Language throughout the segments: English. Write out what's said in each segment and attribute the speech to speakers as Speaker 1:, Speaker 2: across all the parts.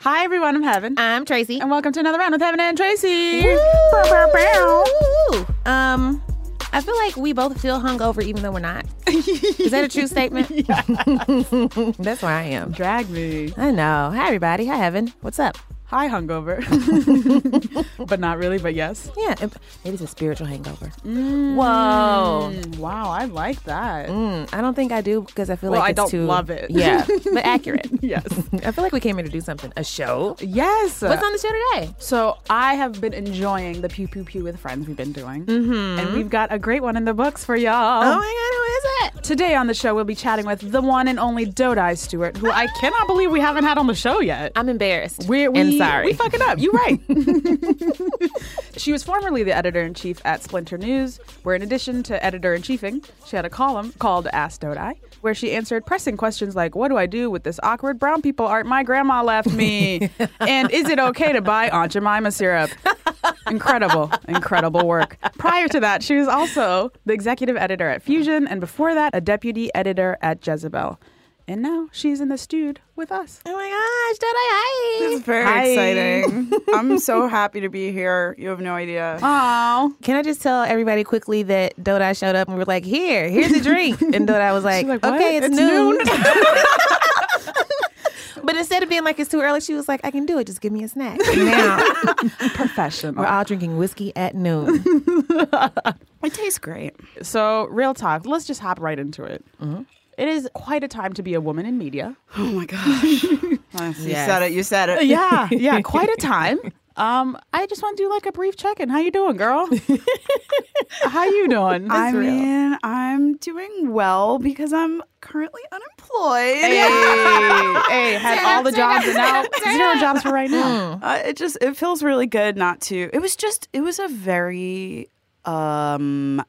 Speaker 1: Hi, everyone. I'm Heaven.
Speaker 2: I'm Tracy.
Speaker 1: And welcome to another round with Heaven and Tracy. Bow, bow, bow.
Speaker 2: Woo! Um, I feel like we both feel hungover even though we're not. Is that a true statement? That's where I am.
Speaker 1: Drag me.
Speaker 2: I know. Hi, everybody. Hi, Heaven. What's up?
Speaker 1: Hi, hungover. but not really, but yes.
Speaker 2: Yeah, it- maybe it's a spiritual hangover. Whoa.
Speaker 1: Mm, wow, I like that.
Speaker 2: Mm, I don't think I do because I feel
Speaker 1: Well,
Speaker 2: like
Speaker 1: I
Speaker 2: it's
Speaker 1: don't
Speaker 2: too,
Speaker 1: love it.
Speaker 2: Yeah, but accurate.
Speaker 1: Yes.
Speaker 2: I feel like we came here to do something. A show.
Speaker 1: Yes.
Speaker 2: What's on the show today?
Speaker 1: So I have been enjoying the pew pew pew with friends we've been doing, and we've got a great one in the books for y'all.
Speaker 2: Mm-hmm. Oh my God, who is it?
Speaker 1: Today on the show, we'll be chatting with the one and only Dodai Stewart, who I cannot believe we haven't had on the show yet.
Speaker 2: I'm embarrassed.
Speaker 1: We're, we,
Speaker 2: and sorry.
Speaker 1: We fucking up. You're right. she was formerly the editor in chief at Splinter News, where in addition to editor in chiefing, she had a column called Ask Dodai, where she answered pressing questions like, What do I do with this awkward brown people art my grandma left me? and is it okay to buy Aunt Jemima syrup? incredible, incredible work. Prior to that, she was also the executive editor at Fusion, and before that, a deputy editor at Jezebel. And now she's in the stewed with us.
Speaker 2: oh my gosh, Dada, hi.
Speaker 3: It's very
Speaker 1: Hi.
Speaker 3: exciting. I'm so happy to be here. You have no idea.
Speaker 1: Oh,
Speaker 2: Can I just tell everybody quickly that Dodai showed up and we were like, here, here's a drink. And Dodai was like,
Speaker 1: like, what?
Speaker 2: okay, it's,
Speaker 1: It's
Speaker 2: noon. but instead of being like, it's too early, she was like, I can do it. Just give me a snack. Now
Speaker 1: professional.
Speaker 2: we're all drinking whiskey at noon.
Speaker 3: It tastes great.
Speaker 1: So, real talk, let's just hop right into it. It is quite a time to be a woman in media.
Speaker 3: Oh my gosh. Yes, You
Speaker 2: Yes.
Speaker 3: said it. You said it.
Speaker 1: Yeah, yeah, quite a time. Um, I just want to do like a brief check-in. How you doing, girl? How you doing?
Speaker 3: I
Speaker 1: This-
Speaker 3: mean, I'm doing well because I'm currently unemployed.
Speaker 1: hey, had all the jobs and now zero jobs for right now.
Speaker 3: Uh, it just it feels really good not to. It was just it was a very um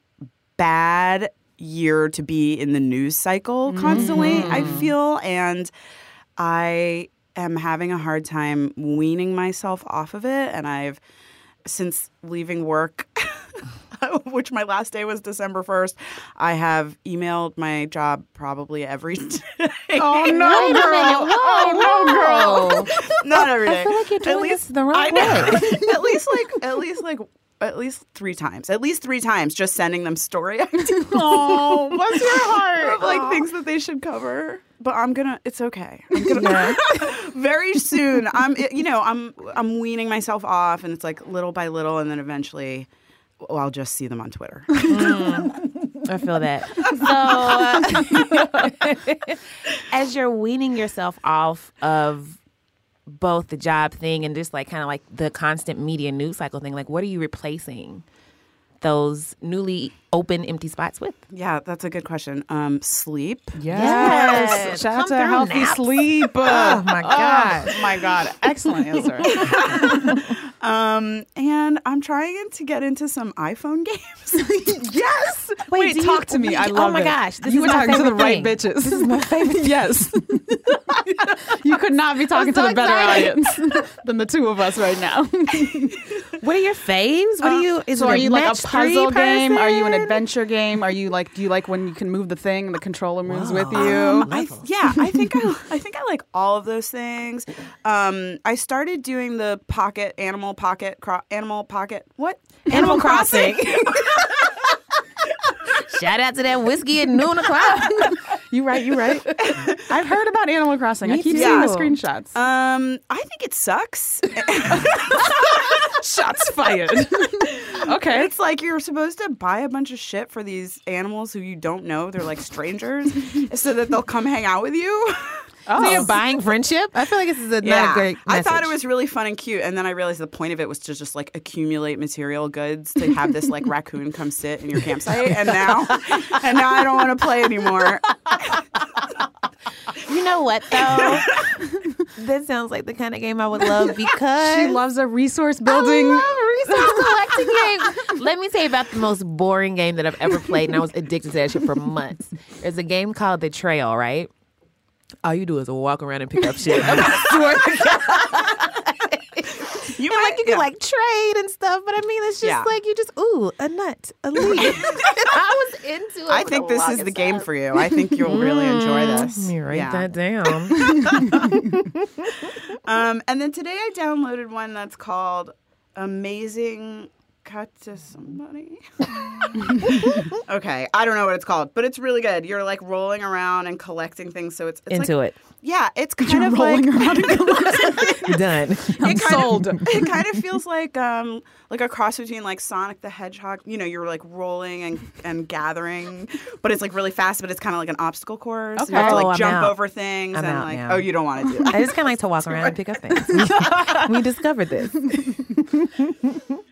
Speaker 3: bad year to be in the news cycle
Speaker 2: Mm-hmm.
Speaker 3: constantly. I feel and I am having a hard time weaning myself off of it and I've since leaving work which my last day was December 1st, I have emailed my job probably every day.
Speaker 1: Oh no, girl! oh no, girl!
Speaker 3: not every day.
Speaker 2: I feel like you're doing
Speaker 3: at least,
Speaker 2: this the wrong
Speaker 3: I know.
Speaker 2: way.
Speaker 3: at least like at least like at least three times. At least three times, just sending them story ideas
Speaker 1: Oh, what's your heart?
Speaker 3: of like things that they should cover. But I'm gonna. It's okay. I'm gonna. very soon. I'm. You know. I'm. I'm weaning myself off, and it's like little by little, and then eventually. Well, I'll just see them on Twitter.
Speaker 2: I feel that. So, uh, as you're weaning yourself off of both the job thing and just like kind of like the constant media news cycle thing, like what are you replacing those newly open empty spots with?
Speaker 3: yeah, that's a good question. Um, sleep.
Speaker 1: Yes.
Speaker 2: Yes.
Speaker 1: Shout out to
Speaker 2: Come through,
Speaker 1: healthy
Speaker 2: naps.
Speaker 1: sleep.
Speaker 2: Oh my god!
Speaker 1: my God! Excellent answer.
Speaker 3: Um, and I'm trying to get into some iPhone games. yes.
Speaker 1: Wait,
Speaker 2: do you-
Speaker 1: talk to me. I
Speaker 2: oh
Speaker 1: love
Speaker 2: my
Speaker 1: it.
Speaker 2: gosh, this
Speaker 1: you
Speaker 2: is
Speaker 1: were
Speaker 2: my
Speaker 1: talking to the
Speaker 2: favorite
Speaker 1: right
Speaker 2: thing.
Speaker 1: bitches. This is my favorite. yes. you could not be talking to
Speaker 2: so
Speaker 1: the better
Speaker 2: excited.
Speaker 1: audience than the two of us right now.
Speaker 2: What are your faves? What are you? Is
Speaker 1: so
Speaker 2: it
Speaker 1: are you like a
Speaker 2: match three
Speaker 1: puzzle game? Are you an
Speaker 2: person?
Speaker 1: adventure game? Are you like do you like when you can move the thing, the controller moves with
Speaker 2: Oh,
Speaker 1: you?
Speaker 3: Um, I, yeah, I think I, I think I like all of those things. Um, I started doing the pocket animal pocket cro- animal pocket what
Speaker 2: Animal Crossing. Shout out to that whiskey at noon o'clock.
Speaker 1: you right, you right. I've heard about Animal Crossing. I
Speaker 2: Me
Speaker 1: keep
Speaker 2: too.
Speaker 1: seeing the
Speaker 2: Yeah.
Speaker 1: screenshots.
Speaker 3: um, I think it sucks.
Speaker 1: Shots fired. okay.
Speaker 3: It's like you're supposed to buy a bunch of shit for these animals who you don't know. They're like strangers, so that they'll come hang out with you.
Speaker 1: Oh.
Speaker 2: So you're buying friendship? I feel like this is a, not a great.
Speaker 3: I thought
Speaker 2: message.
Speaker 3: it was really fun and cute, and then I realized the point of it was to just like accumulate material goods to have this like raccoon come sit in your campsite, and now, and now I don't want to play anymore.
Speaker 2: You know what though? that sounds like the kind of game I would love because
Speaker 1: She loves a resource building.
Speaker 2: I love resource collecting game. Let me tell you about the most boring game that I've ever played, and I was addicted to that shit for months. There's a game called The Trail, right? All you do is walk around and pick up shit. I swear to God.
Speaker 3: You
Speaker 2: and
Speaker 3: might-
Speaker 2: like you can
Speaker 3: yeah.
Speaker 2: like trade and stuff, but I mean, it's just
Speaker 3: Yeah.
Speaker 2: like you just ooh a nut, a leaf. I was into it.
Speaker 3: I think this is the game for you. I think you'll really enjoy this.
Speaker 2: Let me write
Speaker 3: Yeah.
Speaker 2: that down.
Speaker 3: Um, and then today I downloaded one that's called Amazing Cut to Somebody. okay, I don't know what it's called, but it's really good. You're like rolling around and collecting things, so it's, it's
Speaker 2: into
Speaker 3: like,
Speaker 2: it.
Speaker 3: Yeah, it's kind
Speaker 1: You're
Speaker 3: of
Speaker 1: rolling
Speaker 3: like
Speaker 1: around in collecting.
Speaker 2: Done.
Speaker 1: I'm
Speaker 3: kind of-
Speaker 1: sold.
Speaker 3: it kind of feels like um like a cross between like Sonic the Hedgehog. You know, you're like rolling and, and gathering, but it's like really fast. But it's kind of like an obstacle course. You have
Speaker 2: Okay.
Speaker 3: to like
Speaker 2: Oh, I'm
Speaker 3: jump
Speaker 2: out.
Speaker 3: over things
Speaker 2: I'm
Speaker 3: and
Speaker 2: out
Speaker 3: like
Speaker 2: now.
Speaker 3: oh, you don't want to do that.
Speaker 2: I just kind of like to walk around and pick up things. we discovered this.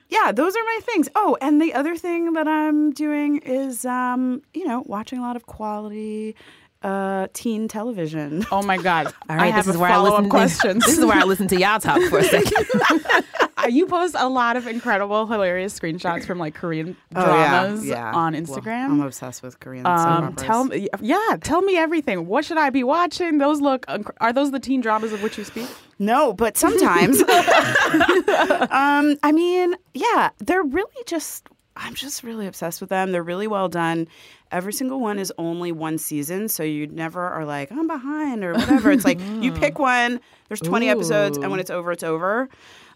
Speaker 3: yeah, those are my things. Oh, and the other thing that I'm doing is, um, you know, watching a lot of quality uh, teen television.
Speaker 1: Oh my god!
Speaker 2: All right,
Speaker 1: I have
Speaker 2: this is
Speaker 1: a
Speaker 2: where I
Speaker 1: follow-up
Speaker 2: listen. to-
Speaker 1: questions.
Speaker 2: This is where I listen to y'all talk for a second.
Speaker 1: Uh, you post a lot of incredible, hilarious screenshots from like Korean dramas on Instagram.
Speaker 3: I'm obsessed with Korean
Speaker 1: um, tell me, yeah, tell me everything. What should I be watching? Those look unc- are those the teen dramas of which you speak?
Speaker 3: No, but sometimes. um, I mean, yeah, they're really just. I'm just really obsessed with them. They're really well done. Every single one is only one season, so you never are like I'm behind or whatever. It's like you pick one. There's 20 episodes, and when it's over, it's over.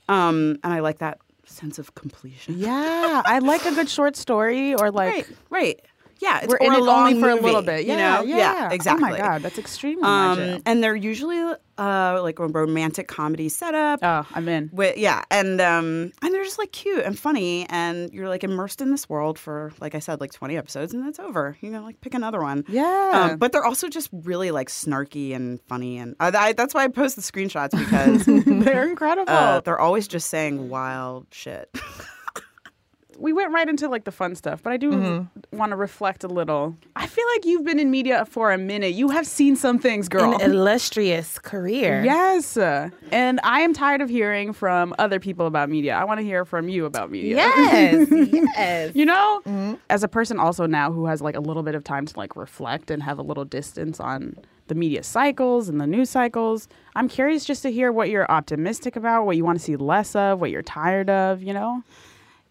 Speaker 3: Um, and I like that sense of completion.
Speaker 1: Yeah, I like a good short story or like
Speaker 3: Right, right. Yeah, it's,
Speaker 1: we're
Speaker 3: or
Speaker 1: in
Speaker 3: a
Speaker 1: it
Speaker 3: long
Speaker 1: only for a little
Speaker 3: movie,
Speaker 1: bit.
Speaker 3: you
Speaker 1: Yeah,
Speaker 3: know?
Speaker 1: yeah,
Speaker 3: exactly.
Speaker 1: Oh my god, that's extremely my
Speaker 3: Um,
Speaker 1: jam.
Speaker 3: and they're usually uh, like a romantic comedy setup.
Speaker 1: Oh, I'm in.
Speaker 3: Wi- yeah, and um, and they're just like cute and funny, and you're like immersed in this world for, like I said, like 20 episodes, and that's over. You know, like pick another one.
Speaker 1: Yeah.
Speaker 3: Um, but they're also just really like snarky and funny, and I, I, that's why I post the screenshots because
Speaker 1: They're incredible.
Speaker 3: uh, they're always just saying wild shit.
Speaker 1: we went right into like the fun stuff, but I do want to reflect a little. I feel like you've been in media for a minute. You have seen some things, girl.
Speaker 2: An illustrious career.
Speaker 1: Yes. And I am tired of hearing from other people about media. I want to hear from you about media.
Speaker 2: Yes. yes.
Speaker 1: You know, as a person also now who has like a little bit of time to like reflect and have a little distance on the media cycles and the news cycles, I'm curious just to hear what you're optimistic about, what you want to see less of, what you're tired of, you know?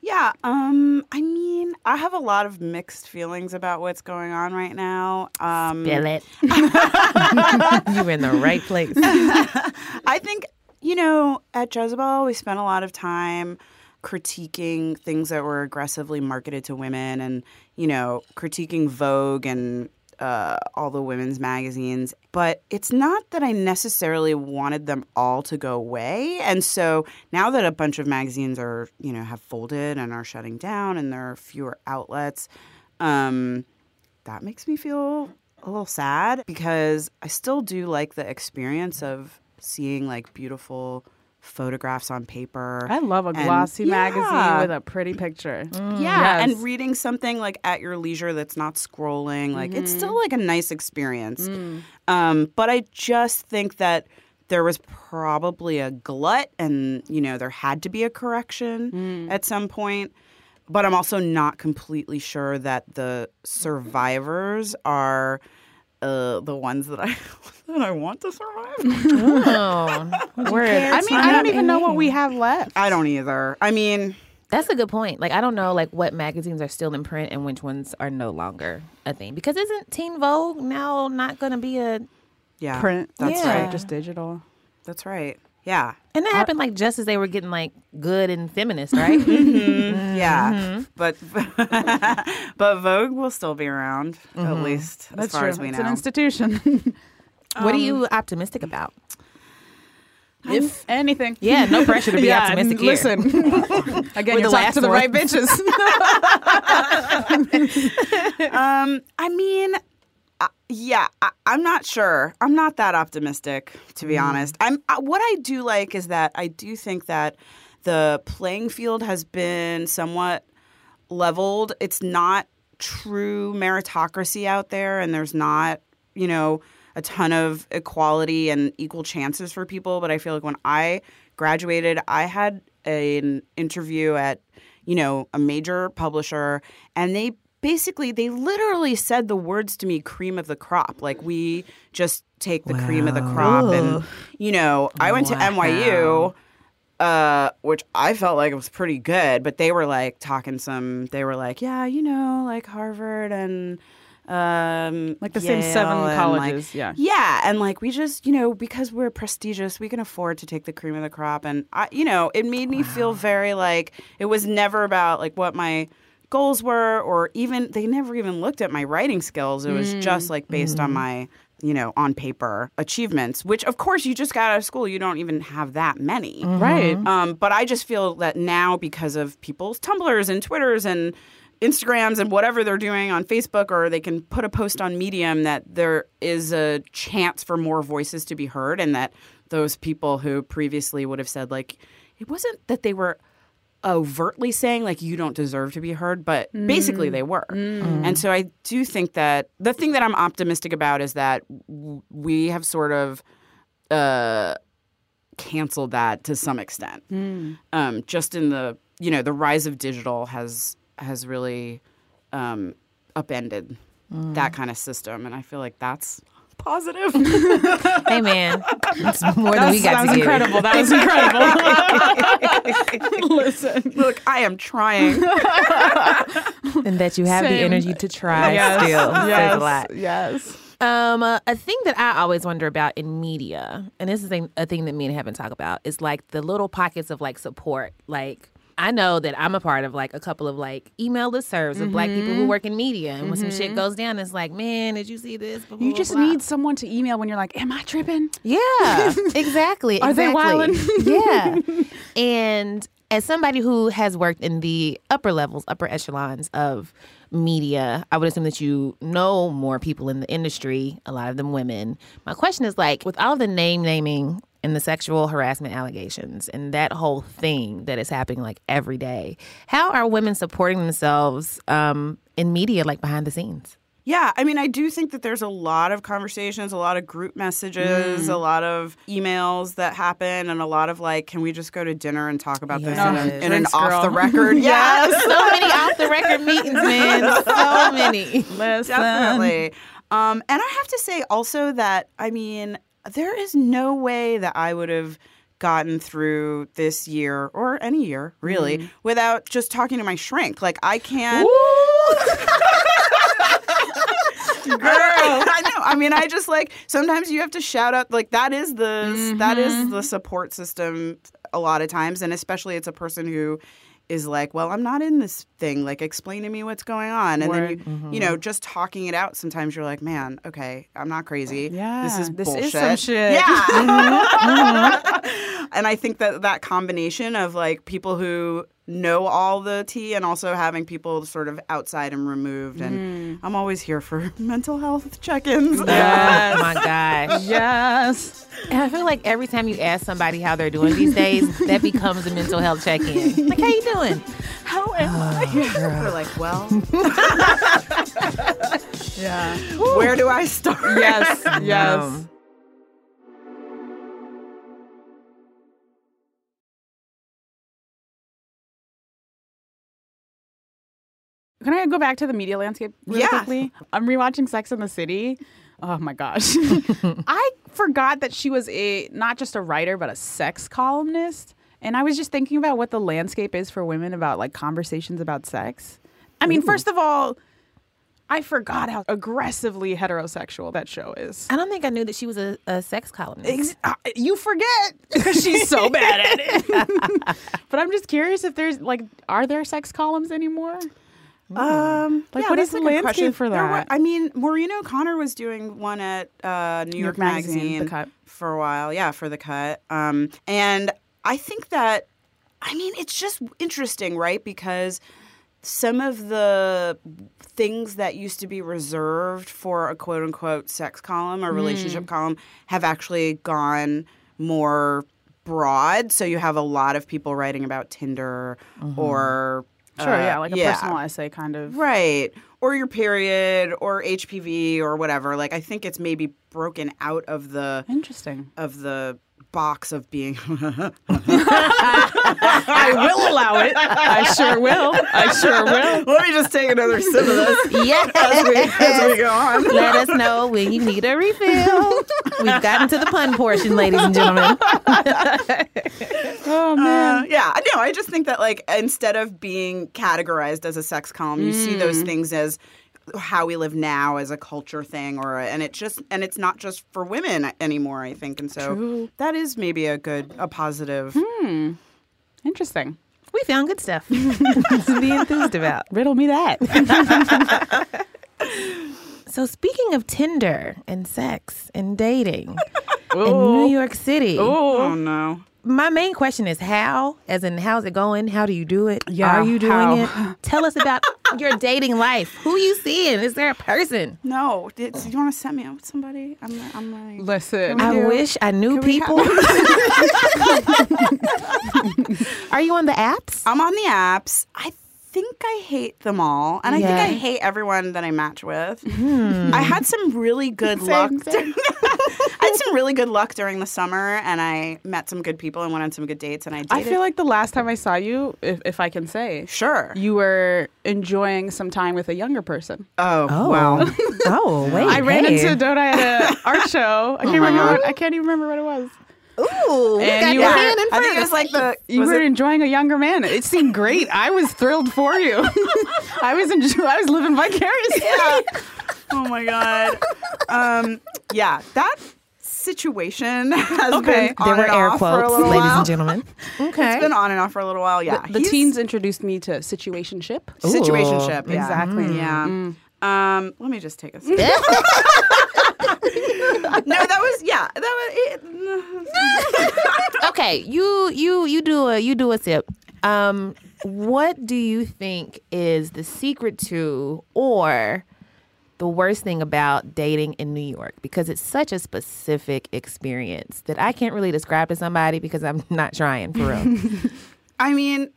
Speaker 3: Yeah, um, I mean, I have a lot of mixed feelings about what's going on right now. Um,
Speaker 2: Bill it. You're in the right place.
Speaker 3: I think, you know, at Jezebel, we spent a lot of time critiquing things that were aggressively marketed to women and, you know, critiquing Vogue and uh, all the women's magazines. But it's not that I necessarily wanted them all to go away. And so now that a bunch of magazines are, you know, have folded and are shutting down and there are fewer outlets, um, that makes me feel a little sad because I still do like the experience of seeing like beautiful photographs on paper.
Speaker 1: I love a
Speaker 3: and-
Speaker 1: glossy magazine
Speaker 3: Yeah.
Speaker 1: with a pretty picture. Mm.
Speaker 3: yeah,
Speaker 1: Yes.
Speaker 3: and reading something like at your leisure that's not scrolling, like it's still
Speaker 1: Mm-hmm.
Speaker 3: like a nice experience.
Speaker 1: Mm.
Speaker 3: Um, but I just think that there was probably a glut, and you know there had to be a correction
Speaker 1: Mm.
Speaker 3: at some point. But I'm also not completely sure that the survivors are uh, the ones that I that I want to survive.
Speaker 2: Oh,
Speaker 1: Word. I mean, I
Speaker 2: not
Speaker 1: don't even know what
Speaker 2: anything.
Speaker 1: we have left.
Speaker 3: I don't either. I mean,
Speaker 2: that's a good point. Like I don't know like what magazines are still in print and which ones are no longer a thing. Because isn't Teen Vogue now not going to be a
Speaker 3: yeah,
Speaker 1: Print.
Speaker 3: That's
Speaker 2: Yeah.
Speaker 3: right.
Speaker 1: Just digital.
Speaker 3: That's right. Yeah.
Speaker 2: and that happened like just as they were getting like good and feminist, right?
Speaker 3: Yeah, but but Vogue will still be around at least as far as we
Speaker 1: it's
Speaker 3: know.
Speaker 1: an institution.
Speaker 2: what are you optimistic about?
Speaker 1: if anything.
Speaker 2: Yeah, no pressure to be
Speaker 1: yeah,
Speaker 2: optimistic
Speaker 1: n-
Speaker 2: here.
Speaker 1: Listen, again,
Speaker 2: We're
Speaker 1: you're talking
Speaker 2: the last
Speaker 1: to the
Speaker 2: one.
Speaker 1: right bitches.
Speaker 3: um, I mean, uh, yeah, I, I'm not sure. I'm not that optimistic, to be honest. I'm uh, what I do like is that I do think that the playing field has been somewhat leveled. It's not true meritocracy out there, and there's not, you know, a ton of equality and equal chances for people. But I feel like when I graduated, I had an interview at, you know, a major publisher, and they basically they literally said the words to me cream of the crop like we just take the cream of the crop and you know i went to
Speaker 2: Wow.
Speaker 3: nyu uh, which I felt like it was pretty good, but they were like talking some, they were like, yeah, you know, like Harvard and. Um,
Speaker 1: Like the same seven
Speaker 3: Yale and, like-
Speaker 1: colleges, yeah.
Speaker 3: yeah, and like we just, you know, because we're prestigious, we can afford to take the cream of the crop. And I, you know, it made me feel very like it was never about like what my goals were, or even they never even looked at my writing skills. It
Speaker 1: Mm.
Speaker 3: was just like based
Speaker 1: Mm-hmm.
Speaker 3: on my, you know, on paper achievements, which of course you just got out of school, you don't even have that many.
Speaker 1: Right. Mm-hmm.
Speaker 3: Um, but I just feel that now because of people's Tumblrs and Twitters and Instagrams and whatever they're doing on Facebook, or they can put a post on Medium, that there is a chance for more voices to be heard, and that those people who previously would have said, like, it wasn't that they were overtly saying like you don't deserve to be heard but basically they were and so i do think that the thing that i'm optimistic about is that w- we have sort of uh canceled that to some extent. Um, just in the you know the rise of digital has has really um, upended that kind of system, and I feel like that's positive.
Speaker 2: Hey man, it's more than we
Speaker 1: that
Speaker 2: got
Speaker 1: was
Speaker 2: to give.
Speaker 1: incredible. That was incredible. Listen.
Speaker 3: Look, I am trying.
Speaker 2: and that you have the
Speaker 1: Same.
Speaker 2: energy to try still says a lot.
Speaker 1: Yes.
Speaker 2: Um, uh, a thing that I always wonder about in media, and this is a, a thing that me and Heaven talk about, is like the little pockets of like support. Like I know that I'm a part of like a couple of like email listservs of black people
Speaker 1: Mm-hmm.
Speaker 2: who work in media, and when some shit goes down, it's like, man, did you see this? Blah,
Speaker 1: You
Speaker 2: blah,
Speaker 1: just
Speaker 2: blah."
Speaker 1: need someone to email when you're like, "Am I tripping?"
Speaker 2: Yeah, exactly.
Speaker 1: Are they
Speaker 2: exactly.
Speaker 1: wildin'?
Speaker 2: yeah. And as somebody who has worked in the upper levels, upper echelons of media, I would assume that you know more people in the industry, a lot of them women. My question is like, with all the name naming and the sexual harassment allegations and that whole thing that is happening like every day, how are women supporting themselves um, in media, like behind the scenes?
Speaker 3: Yeah, I mean, I do think that there's a lot of conversations, a lot of group messages, a lot of emails that happen, and a lot of like, can we just go to dinner and talk about this in,
Speaker 1: Yes.
Speaker 3: an- in an
Speaker 1: Drinks, girl.
Speaker 3: off the record? yes.
Speaker 2: So many off the record meetings, man. So many.
Speaker 1: Listen.
Speaker 3: Definitely. Um, and I have to say also that, I mean, there is no way that I would have gotten through this year or any year really without just talking to my shrink. Like, I can't. Girl. I know. I mean, I just like sometimes you have to shout out like that is the that
Speaker 1: Mm-hmm.
Speaker 3: is the support system a lot of times and especially it's a person who is like, "Well, I'm not in this thing. Like explain to me what's going on." And then you,
Speaker 1: Word. Mm-hmm.
Speaker 3: you know, just talking it out, sometimes you're like, "Man, okay, I'm not crazy.
Speaker 1: Yeah,
Speaker 3: This is
Speaker 1: this
Speaker 3: bullshit.
Speaker 1: is some shit.
Speaker 3: Yeah. and I think that that combination of like people who know all the tea and also having people sort of outside and removed and
Speaker 1: Mm.
Speaker 3: I'm always here for mental health check-ins.
Speaker 1: Yes.
Speaker 2: Oh my gosh.
Speaker 1: Yes.
Speaker 2: And I feel like every time you ask somebody how they're doing these days, that becomes a mental health check in. Like, how you doing?
Speaker 1: How am I?
Speaker 3: We're like, well,
Speaker 1: Yeah.
Speaker 3: where do I start?
Speaker 1: Yes. Yes.
Speaker 2: Um,
Speaker 1: Can I go back to the media landscape really
Speaker 3: Yeah.
Speaker 1: quickly? I'm rewatching Sex and the City. Oh my gosh. I forgot that she was a not just a writer but a sex columnist. And I was just thinking about what the landscape is for women about like conversations about sex. I mean, first of all, I forgot how aggressively heterosexual that show is.
Speaker 2: I don't think I knew that she was a, a sex columnist.
Speaker 1: Ex- uh, you forget because she's so bad at it. but I'm just curious if there's like, are there sex columns anymore?
Speaker 3: Um,
Speaker 1: Mm. Like,
Speaker 3: yeah,
Speaker 1: what
Speaker 3: that's
Speaker 1: is the
Speaker 3: a good
Speaker 1: landscape
Speaker 3: question.
Speaker 1: for
Speaker 3: There were-
Speaker 1: that?
Speaker 3: I mean, Maureen O'Connor was doing one at uh, New, York,
Speaker 1: York Magazine, The Cut.
Speaker 3: for a while. Yeah, for the cut. Um, and I think that, I mean, it's just interesting, right? Because some of the things that used to be reserved for a quote unquote sex column or
Speaker 1: Mm.
Speaker 3: relationship column have actually gone more broad. So you have a lot of people writing about Tinder or.
Speaker 1: Mm-hmm. Sure,
Speaker 3: uh,
Speaker 1: yeah, like a personal essay kind of.
Speaker 3: Right. Or your period or HPV or whatever. Like I think it's maybe broken out of the
Speaker 1: Interesting.
Speaker 3: of the box of being
Speaker 1: I will allow it. I sure will. I sure will.
Speaker 3: Let me just take another sip of this as we, as we
Speaker 2: Yes.
Speaker 3: go on.
Speaker 2: Let us know when you need a refill. We've gotten to the pun portion, ladies and gentlemen.
Speaker 1: Oh man.
Speaker 3: Uh, yeah, I know. I just think that like instead of being categorized as a sex column, you see those things as how we live now as a culture thing, or and it just and it's not just for women anymore. I think, and so
Speaker 1: True.
Speaker 3: that is maybe a good a positive.
Speaker 1: Interesting.
Speaker 2: We found good stuff to be enthused about.
Speaker 1: Riddle me that.
Speaker 2: So, speaking of Tinder and sex and dating in
Speaker 1: Ooh.
Speaker 2: New York City,
Speaker 3: Oh
Speaker 1: oh.
Speaker 3: no!
Speaker 2: my main question is how, as in, how's it going? How do you do it?
Speaker 1: Yeah,
Speaker 2: Are you doing
Speaker 1: how?
Speaker 2: it? Tell us about your dating life. Who you seeing? Is there a person?
Speaker 3: No, did, you want to set me up with somebody? I'm, I'm like,
Speaker 1: Listen.
Speaker 2: I
Speaker 3: Yeah.
Speaker 2: wish I knew
Speaker 3: Can we have-
Speaker 2: people. Are you on the apps?
Speaker 3: I'm on the apps. I think I hate them all, and I
Speaker 2: Yeah.
Speaker 3: think I hate everyone that I match with.
Speaker 1: Hmm.
Speaker 3: I had some really good luck. I had some really good luck during the summer, and I met some good people and went on some good dates, and I dated.
Speaker 1: I feel like the last time I saw you, if, if I can say,
Speaker 3: sure.
Speaker 1: you were enjoying some time with a younger person.
Speaker 3: oh,
Speaker 2: Oh.
Speaker 3: wow.
Speaker 2: Oh, wait.
Speaker 1: I ran
Speaker 2: hey.
Speaker 1: into Dodai at a art show. I can't remember. What, I can't even remember what it was.
Speaker 2: Ooh, we
Speaker 1: And
Speaker 2: got
Speaker 1: you
Speaker 2: your
Speaker 1: were-
Speaker 2: hand in
Speaker 3: I
Speaker 2: front
Speaker 3: think it
Speaker 2: of
Speaker 3: was like the
Speaker 1: You
Speaker 3: was
Speaker 1: were
Speaker 3: it-
Speaker 1: enjoying a younger man. It seemed great. I was thrilled for you. I was enjoy- I was living vicariously.
Speaker 3: oh my god. Um, yeah, that situation has
Speaker 1: Okay. There
Speaker 3: been on
Speaker 2: There were
Speaker 3: and
Speaker 2: air
Speaker 3: off for a
Speaker 2: quotes,
Speaker 3: little
Speaker 2: ladies
Speaker 3: while.
Speaker 2: and gentlemen. Okay.
Speaker 3: It's been on and off for a little while. Yeah,
Speaker 1: The
Speaker 3: He's-
Speaker 1: teens introduced me to situationship.
Speaker 3: situationship.
Speaker 2: Ooh.
Speaker 3: yeah.
Speaker 1: Exactly.
Speaker 3: Yeah.
Speaker 1: Mm-hmm.
Speaker 3: Um, let me just take a sip. no, that was yeah. That was it.
Speaker 2: okay, you you you do a you do a sip. Um, what do you think is the secret to or the worst thing about dating in New York because it's such a specific experience that I can't really describe to somebody because I'm not trying for real.
Speaker 3: I mean,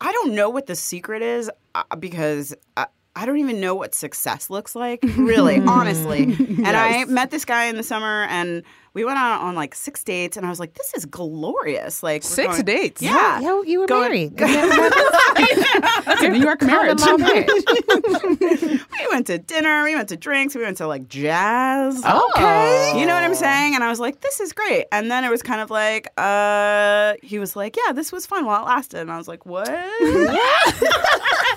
Speaker 3: I don't know what the secret is uh, because I, I don't even know what success looks like,
Speaker 1: Mm-hmm.
Speaker 3: really, honestly. And I met this guy in the summer and we went out on like six dates and I was like, this is glorious. Like we're
Speaker 1: Six
Speaker 3: going-
Speaker 1: dates?
Speaker 3: Yeah.
Speaker 2: Yo, you were
Speaker 3: Going-
Speaker 2: married. That's
Speaker 1: That's a New York marriage.
Speaker 3: We went to dinner, we went to drinks, we went to like jazz.
Speaker 1: okay.
Speaker 3: You know what I'm saying? And I was like, this is great. And then it was kind of like, uh, he was like, yeah, this was fun while it lasted. And I was like, what?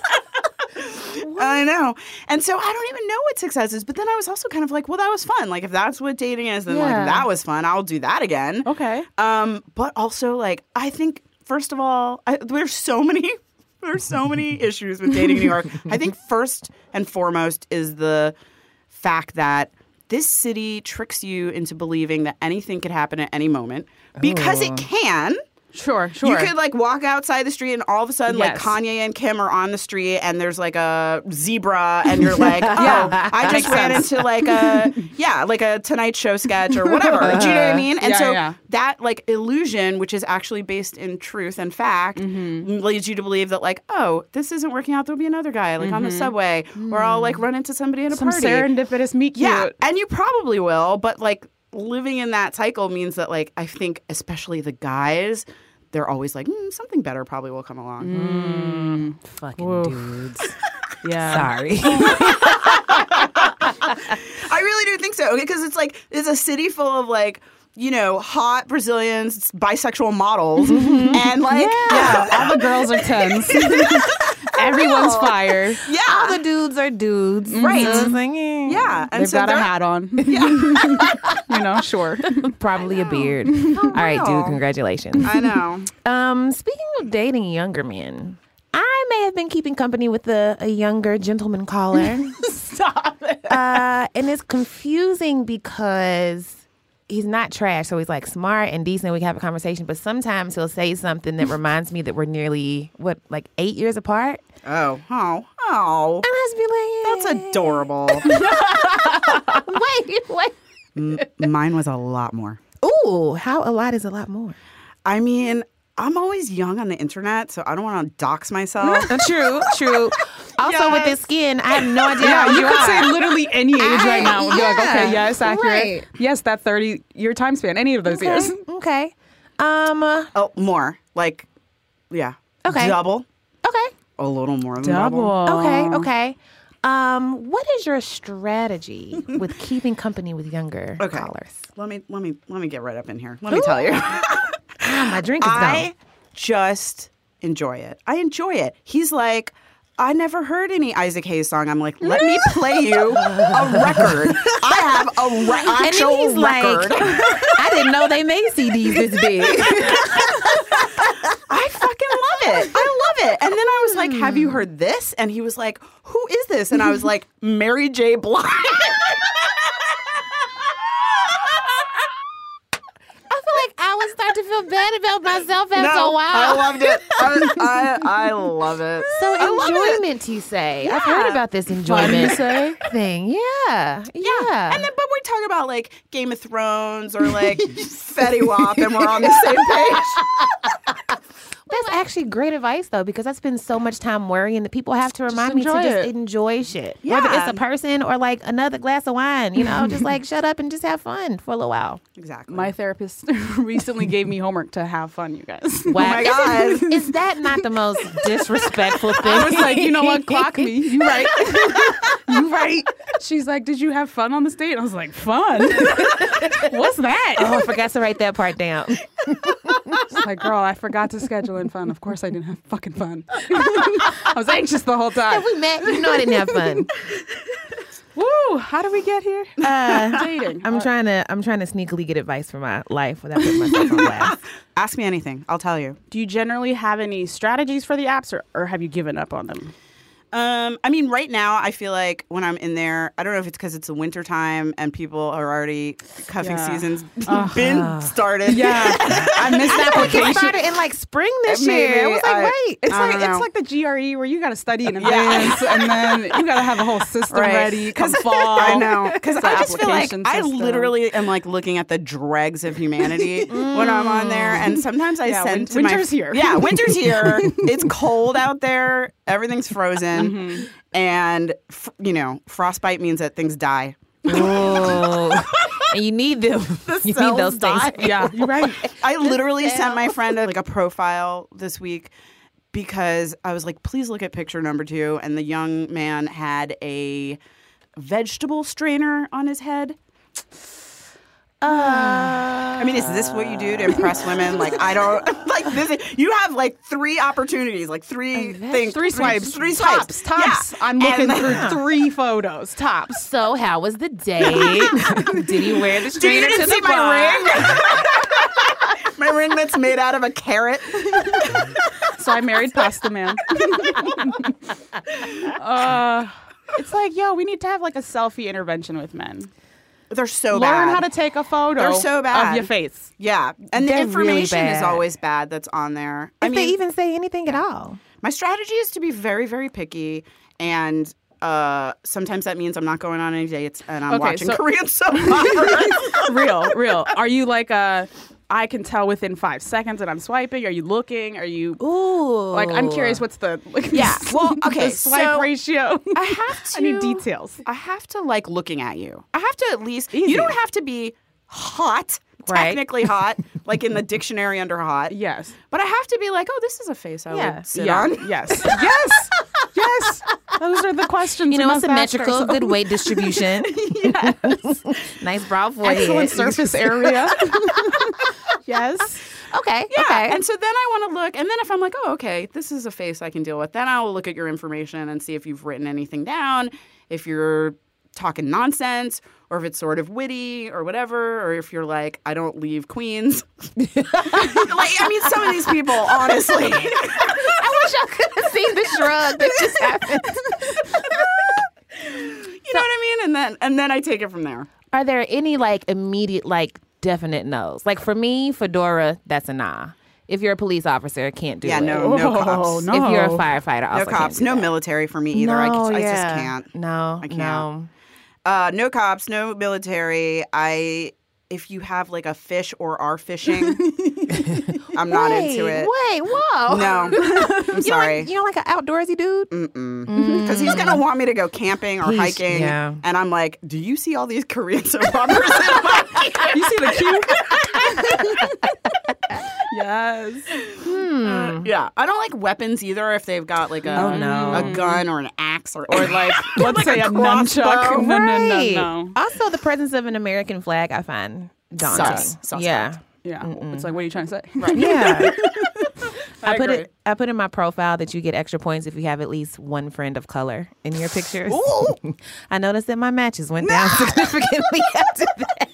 Speaker 3: I know. And so I don't even know what success is. But then I was also kind of like, well, that was fun. Like, if that's what dating is, then
Speaker 2: Yeah.
Speaker 3: like, that was fun. I'll do that again.
Speaker 1: Okay.
Speaker 3: Um, but also, like, I think, first of all, I, there's so many. There's so many issues with dating in New York. I think first and foremost is the fact that this city tricks you into believing that anything could happen at any moment because it can.
Speaker 1: Sure, sure.
Speaker 3: You could like walk outside the street and all of a sudden like
Speaker 1: Yes.
Speaker 3: Kanye and Kim are on the street and there's like a zebra and you're like, oh,
Speaker 1: Yeah.
Speaker 3: I just
Speaker 1: Makes
Speaker 3: ran
Speaker 1: sense.
Speaker 3: into like a yeah, like a Tonight Show sketch or whatever. Do you know what I mean? And
Speaker 1: Yeah,
Speaker 3: so
Speaker 1: yeah.
Speaker 3: that like illusion, which is actually based in truth and fact,
Speaker 1: Mm-hmm.
Speaker 3: leads you to believe that like, oh, this isn't working out. There'll be another guy like on the subway, or I'll like run into somebody at a
Speaker 1: Mm-hmm. Mm. Some
Speaker 3: party.
Speaker 1: serendipitous meet cute.
Speaker 3: Yeah, and you probably will, but like living in that cycle means that like I think especially the guys, they're always like mm, something better probably will come along.
Speaker 1: Mm.
Speaker 2: Fucking
Speaker 1: Woof.
Speaker 2: dudes.
Speaker 1: Yeah.
Speaker 2: Sorry.
Speaker 3: I really do think so because it's like it's a city full of like you know hot Brazilians, bisexual models, and like
Speaker 1: Mm-hmm. Yeah, all the girls are tens. Everyone's fire.
Speaker 3: yeah,
Speaker 2: All the dudes are dudes.
Speaker 3: Right.
Speaker 2: So it's like, eh.
Speaker 3: yeah, and
Speaker 1: They've
Speaker 3: so
Speaker 1: got a
Speaker 3: they're-
Speaker 1: hat on. you know, sure.
Speaker 2: Probably a beard. All right, dude, congratulations.
Speaker 3: I know.
Speaker 2: Um, speaking of dating younger men, I may have been keeping company with a, a younger gentleman caller.
Speaker 1: Stop it.
Speaker 2: uh, and it's confusing because he's not trash, so he's like smart and decent. We can have a conversation, but sometimes he'll say something that reminds me that we're nearly what, like eight years apart. And
Speaker 3: Oh, oh, oh.
Speaker 2: I just be
Speaker 3: That's
Speaker 2: like,
Speaker 3: adorable.
Speaker 2: a wait, wait.
Speaker 3: Mine was a lot more.
Speaker 2: Ooh, how a lot is a lot more.
Speaker 3: I mean, I'm always young on the internet, so I don't want to dox myself.
Speaker 2: True, true. Also, with this skin, I have no idea.
Speaker 1: Yeah,
Speaker 2: how
Speaker 1: you
Speaker 2: you
Speaker 1: could
Speaker 2: are.
Speaker 1: say literally any age right now. and Be like,
Speaker 2: yeah,
Speaker 1: okay, yes, accurate.
Speaker 2: right.
Speaker 1: Yes, that 30 year time span, any of those years.
Speaker 2: Okay, Okay. Um. uh,
Speaker 3: Oh, more. Like, yeah.
Speaker 2: Okay.
Speaker 3: Double.
Speaker 2: Okay.
Speaker 3: A little more than double.
Speaker 2: Okay. Okay. Um. What is your strategy with keeping company with younger
Speaker 3: Okay.
Speaker 2: callers?
Speaker 3: Let me let me let me get right up in here. Let me tell you.
Speaker 2: Ah, my drink is
Speaker 3: I just enjoy it. I enjoy it. He's like, I never heard any Isaac Hayes song. I'm like, let me play you a record. I have a re-
Speaker 2: gone. And
Speaker 3: actual
Speaker 2: then he's
Speaker 3: record.
Speaker 2: like, I didn't know they made CDs this big.
Speaker 3: I fucking love it. I love it. And then I was like, Have you heard this? And he was like, Who is this? And I was like, Mary J. Blige.
Speaker 2: I feel like I would start to feel bad about myself after a
Speaker 3: No, I
Speaker 2: while.
Speaker 3: loved it. I, I, I love it.
Speaker 2: so
Speaker 3: I love it.
Speaker 2: enjoyment, you say? I've heard about this enjoyment
Speaker 1: say?
Speaker 2: thing. Yeah, yeah.
Speaker 3: And then, but we talk about like Game of Thrones or like Fetty Wap, and we're on the same page.
Speaker 2: That's actually great advice though, because I spend so much time worrying that people have to remind me to
Speaker 1: enjoy
Speaker 2: just
Speaker 1: it.
Speaker 2: enjoy shit. Whether
Speaker 3: Yeah.
Speaker 2: it's a person or like another glass of wine, you know, just like shut up and just have fun for a little while.
Speaker 3: Exactly.
Speaker 1: My therapist recently gave me homework to have fun, you guys.
Speaker 2: Wow.
Speaker 3: my God.
Speaker 2: Is, that not the most disrespectful thing?
Speaker 1: I was like, you know what? Clock me. You right. you right. She's like, did you have fun on this date? I was like, fun. What's that?
Speaker 2: Oh, I forgot to write that part down.
Speaker 1: It's like, girl, I forgot to schedule in fun. Of course, I didn't have fucking fun. I was anxious the whole time.
Speaker 2: We met. You know, I didn't have fun.
Speaker 1: Woo! How did we get here?
Speaker 2: Uh,
Speaker 1: Dating.
Speaker 2: I'm trying to. I'm trying to sneakily get advice for my life without putting myself on blast.
Speaker 3: Ask me anything. I'll tell you.
Speaker 1: Do you generally have any strategies for the apps, or, or have you given up on them?
Speaker 3: Um, I mean, right now, I feel like when I'm in there, I don't know if it's because it's the winter time and people are already cuffing
Speaker 1: Yeah.
Speaker 3: seasons been started.
Speaker 1: Yeah, I missed
Speaker 2: I think it started in like spring this year. I was like,
Speaker 3: Maybe I-
Speaker 2: wait.
Speaker 1: It's
Speaker 3: I
Speaker 1: like
Speaker 3: don't
Speaker 1: it's
Speaker 3: know.
Speaker 1: like the GRE where you got to study in advance, and then you got to have a whole system
Speaker 3: Right.
Speaker 1: ready come fall.
Speaker 3: I know because
Speaker 1: The
Speaker 3: I just feel like
Speaker 1: application
Speaker 3: I
Speaker 1: system.
Speaker 3: literally am like looking at the dregs of humanity when I'm on there,
Speaker 1: Mm.
Speaker 3: and sometimes I
Speaker 1: Yeah,
Speaker 3: send
Speaker 1: win-
Speaker 3: to my-
Speaker 1: winter's here.
Speaker 3: Yeah, winter's here. it's cold out there. Everything's frozen,
Speaker 1: Mm-hmm.
Speaker 3: and f- you know, frostbite means that things die.
Speaker 2: Oh, and you need them. you need
Speaker 3: cells
Speaker 2: those
Speaker 3: die.
Speaker 2: things.
Speaker 1: Yeah, you're right.
Speaker 3: I literally sent my friend a, like a profile this week because I was like, please look at picture number two, and the young man had a vegetable strainer on his head. I mean, is this what you do to impress women? Like, I don't like this. Is, you have like three opportunities, like three things,
Speaker 1: Three swipes,
Speaker 3: three
Speaker 1: tops,
Speaker 3: swipes,
Speaker 1: tops.
Speaker 3: Yeah.
Speaker 1: I'm looking
Speaker 3: And then-
Speaker 1: through three photos, tops.
Speaker 2: So how was the date? Did he wear the
Speaker 3: Dude,
Speaker 2: strainer
Speaker 3: you
Speaker 2: to
Speaker 3: didn't
Speaker 2: the
Speaker 3: see
Speaker 2: bar?
Speaker 3: my ring. my ring that's made out of a carrot.
Speaker 1: So I married Pasta Man. uh, it's like, yo, we need to have like a selfie intervention with men.
Speaker 3: They're so bad.
Speaker 1: Learn how to take a photo
Speaker 3: They're so bad.
Speaker 1: of your face.
Speaker 3: Yeah, and the
Speaker 2: They're really
Speaker 3: information is
Speaker 2: bad.
Speaker 3: always bad that's on there. I
Speaker 2: If
Speaker 3: mean,
Speaker 2: they even say anything at all.
Speaker 3: my strategy is to be very, very picky, and uh, sometimes that means I'm not going on any dates and I'm
Speaker 1: Okay,
Speaker 3: watching
Speaker 1: so-
Speaker 3: Korean soap operas.
Speaker 1: real, real. Are you like a? I can tell within five seconds that I'm swiping. Are you looking? Are you
Speaker 2: Ooh.
Speaker 1: like? I'm curious. What's the like,
Speaker 3: Yeah, well,
Speaker 1: the
Speaker 3: okay,
Speaker 1: swipe
Speaker 3: so
Speaker 1: ratio.
Speaker 3: I have to.
Speaker 1: I need details.
Speaker 3: I have to like looking at you. I have to at least.
Speaker 1: Easy.
Speaker 3: You don't have to be hot,
Speaker 2: Right.
Speaker 3: technically hot, like in the dictionary under hot.
Speaker 1: Yes.
Speaker 3: But I have to be like, oh, this is a face I
Speaker 2: Yeah.
Speaker 3: would sit
Speaker 1: yeah.
Speaker 3: on.
Speaker 1: Yes. Yes. yes. Those are the questions.
Speaker 2: You know,
Speaker 1: must ask
Speaker 2: symmetrical,
Speaker 1: yourself.
Speaker 2: good weight distribution. nice broad forehead.
Speaker 1: Excellent surface area. yes.
Speaker 2: Okay.
Speaker 3: Yeah.
Speaker 2: Okay.
Speaker 3: And so then I want to look, and then if I'm like, oh, okay, this is a face I can deal with, then I will look at your information and see if you've written anything down, if you're talking nonsense, or if it's sort of witty or whatever, or if you're like, I don't leave Queens. like, I mean, some of these people, honestly.
Speaker 2: I wish I could have seen the shrug that just happened.
Speaker 3: You know what I mean? And then and then I take it from there.
Speaker 2: Are there any like immediate, like definite no's? Like for me, fedora, that's a nah. If you're a police officer, can't do it.
Speaker 3: no
Speaker 1: Oh, no.
Speaker 2: If you're a firefighter, also
Speaker 3: No
Speaker 2: can't
Speaker 3: cops,
Speaker 2: do
Speaker 3: no
Speaker 2: that.
Speaker 3: military for me either. I,
Speaker 2: No,
Speaker 3: c- I just
Speaker 2: yeah.
Speaker 3: can't.
Speaker 2: No, I
Speaker 3: can't.
Speaker 2: No.
Speaker 3: Uh, no cops, no military. I if you have like a fish or are fishing, I'm not into it.
Speaker 2: Wait, whoa.
Speaker 3: No, I'm
Speaker 2: You don't like-
Speaker 3: sorry.
Speaker 2: you don't like an outdoorsy dude?
Speaker 3: because he's gonna want me to go camping or
Speaker 2: Mm. He's-
Speaker 3: hiking,
Speaker 2: yeah.
Speaker 3: and I'm like, "Do you see all these Korean soap operas?" in my
Speaker 1: You see the cue? yes.
Speaker 3: Yeah, I don't like weapons either if they've got like a
Speaker 2: Mm-hmm. Oh, no.
Speaker 3: a gun or an axe or, or like
Speaker 1: Let's say a,
Speaker 3: crossbow.
Speaker 1: nunchuck. No,
Speaker 2: Right.
Speaker 1: no, no, no.
Speaker 2: Also, the presence of an American flag, I find daunting.
Speaker 3: Sus. Suspect.
Speaker 2: Yeah.
Speaker 1: Yeah. It's like, what are you trying to say?
Speaker 2: Yeah. I, put
Speaker 3: agree.
Speaker 2: it. I put in my profile that you get extra points if you have at least one friend of color in your pictures. I noticed that my matches went down significantly after that.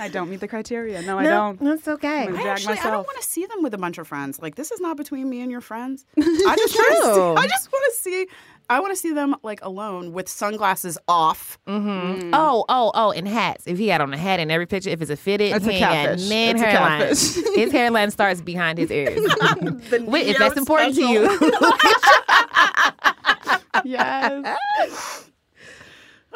Speaker 1: I don't meet the criteria. No, I don't.
Speaker 2: that's okay.
Speaker 1: Wait.
Speaker 3: I
Speaker 1: drag
Speaker 3: actually I don't
Speaker 1: myself.
Speaker 3: want to see them with a bunch of friends. Like this is not between me and your friends. I just wanna see-
Speaker 2: True.
Speaker 3: I just want to see. I want to see them like alone with sunglasses off.
Speaker 1: Mm.
Speaker 2: Oh, oh, oh, and hats. If he had on a hat in every picture, if it's a fitted,
Speaker 1: That's a
Speaker 2: he ain't got
Speaker 1: catfish.
Speaker 2: none
Speaker 1: It's a
Speaker 2: hairline.
Speaker 1: catfish.
Speaker 2: his hairline starts behind his ears. Wait, if
Speaker 3: Neo
Speaker 2: that's important
Speaker 3: special.
Speaker 2: to you.
Speaker 1: Yes.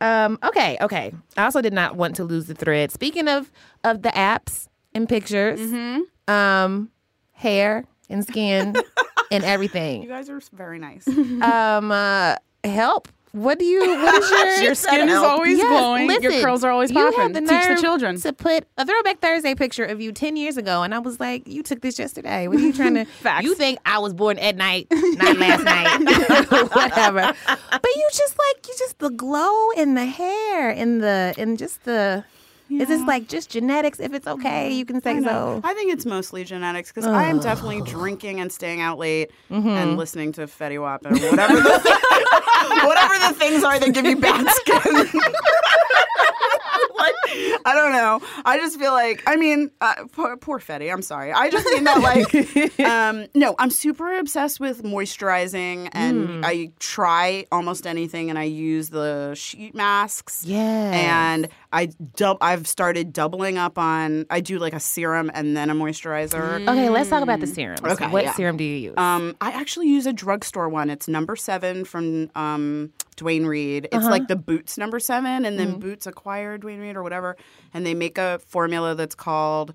Speaker 2: Um, okay, okay. I also did not want to lose the thread. Speaking of of the apps and pictures,
Speaker 1: Mm-hmm.
Speaker 2: um, hair and skin and
Speaker 3: You
Speaker 2: everything.
Speaker 3: guys are very nice.
Speaker 2: Um, uh, help. What do you? What is your
Speaker 1: Your skin is always
Speaker 2: Yes,
Speaker 1: glowing. Your
Speaker 2: listen,
Speaker 1: curls are always
Speaker 2: you have
Speaker 1: popping.
Speaker 2: the
Speaker 1: Teach the
Speaker 2: nerve
Speaker 1: children.
Speaker 2: to put a throwback Thursday picture of you ten years ago, and I was like, "You took this yesterday. What are you trying to?
Speaker 1: Facts.
Speaker 2: You think I was born at night, not last night, whatever? But you just like you just the glow in the hair, in the in just the. Is this like just genetics? If it's okay,
Speaker 1: Mm-hmm.
Speaker 2: you can say so.
Speaker 3: I think it's mostly genetics because I am definitely drinking and staying out late and listening to Fetty Wap and whatever the whatever the things are that give you bad skin. like, I don't know. I just feel like I mean, uh, poor, poor Fetty. I'm sorry. I just mean that like, um, no, I'm super obsessed with moisturizing, and I try almost anything, and I use the sheet masks.
Speaker 2: Yes.
Speaker 3: and I dub- I've started doubling up on. I do like a serum and then a moisturizer.
Speaker 2: Okay, let's talk about the serums.
Speaker 3: Okay,
Speaker 2: what
Speaker 3: yeah.
Speaker 2: serum do you use?
Speaker 3: Um, I actually use a drugstore one. It's number seven from um, Dwayne Reed.
Speaker 2: Uh-huh.
Speaker 3: It's like the Boots number seven, and
Speaker 2: Mm-hmm.
Speaker 3: then Boots acquired Dwayne Reed or whatever, and they make a formula that's called,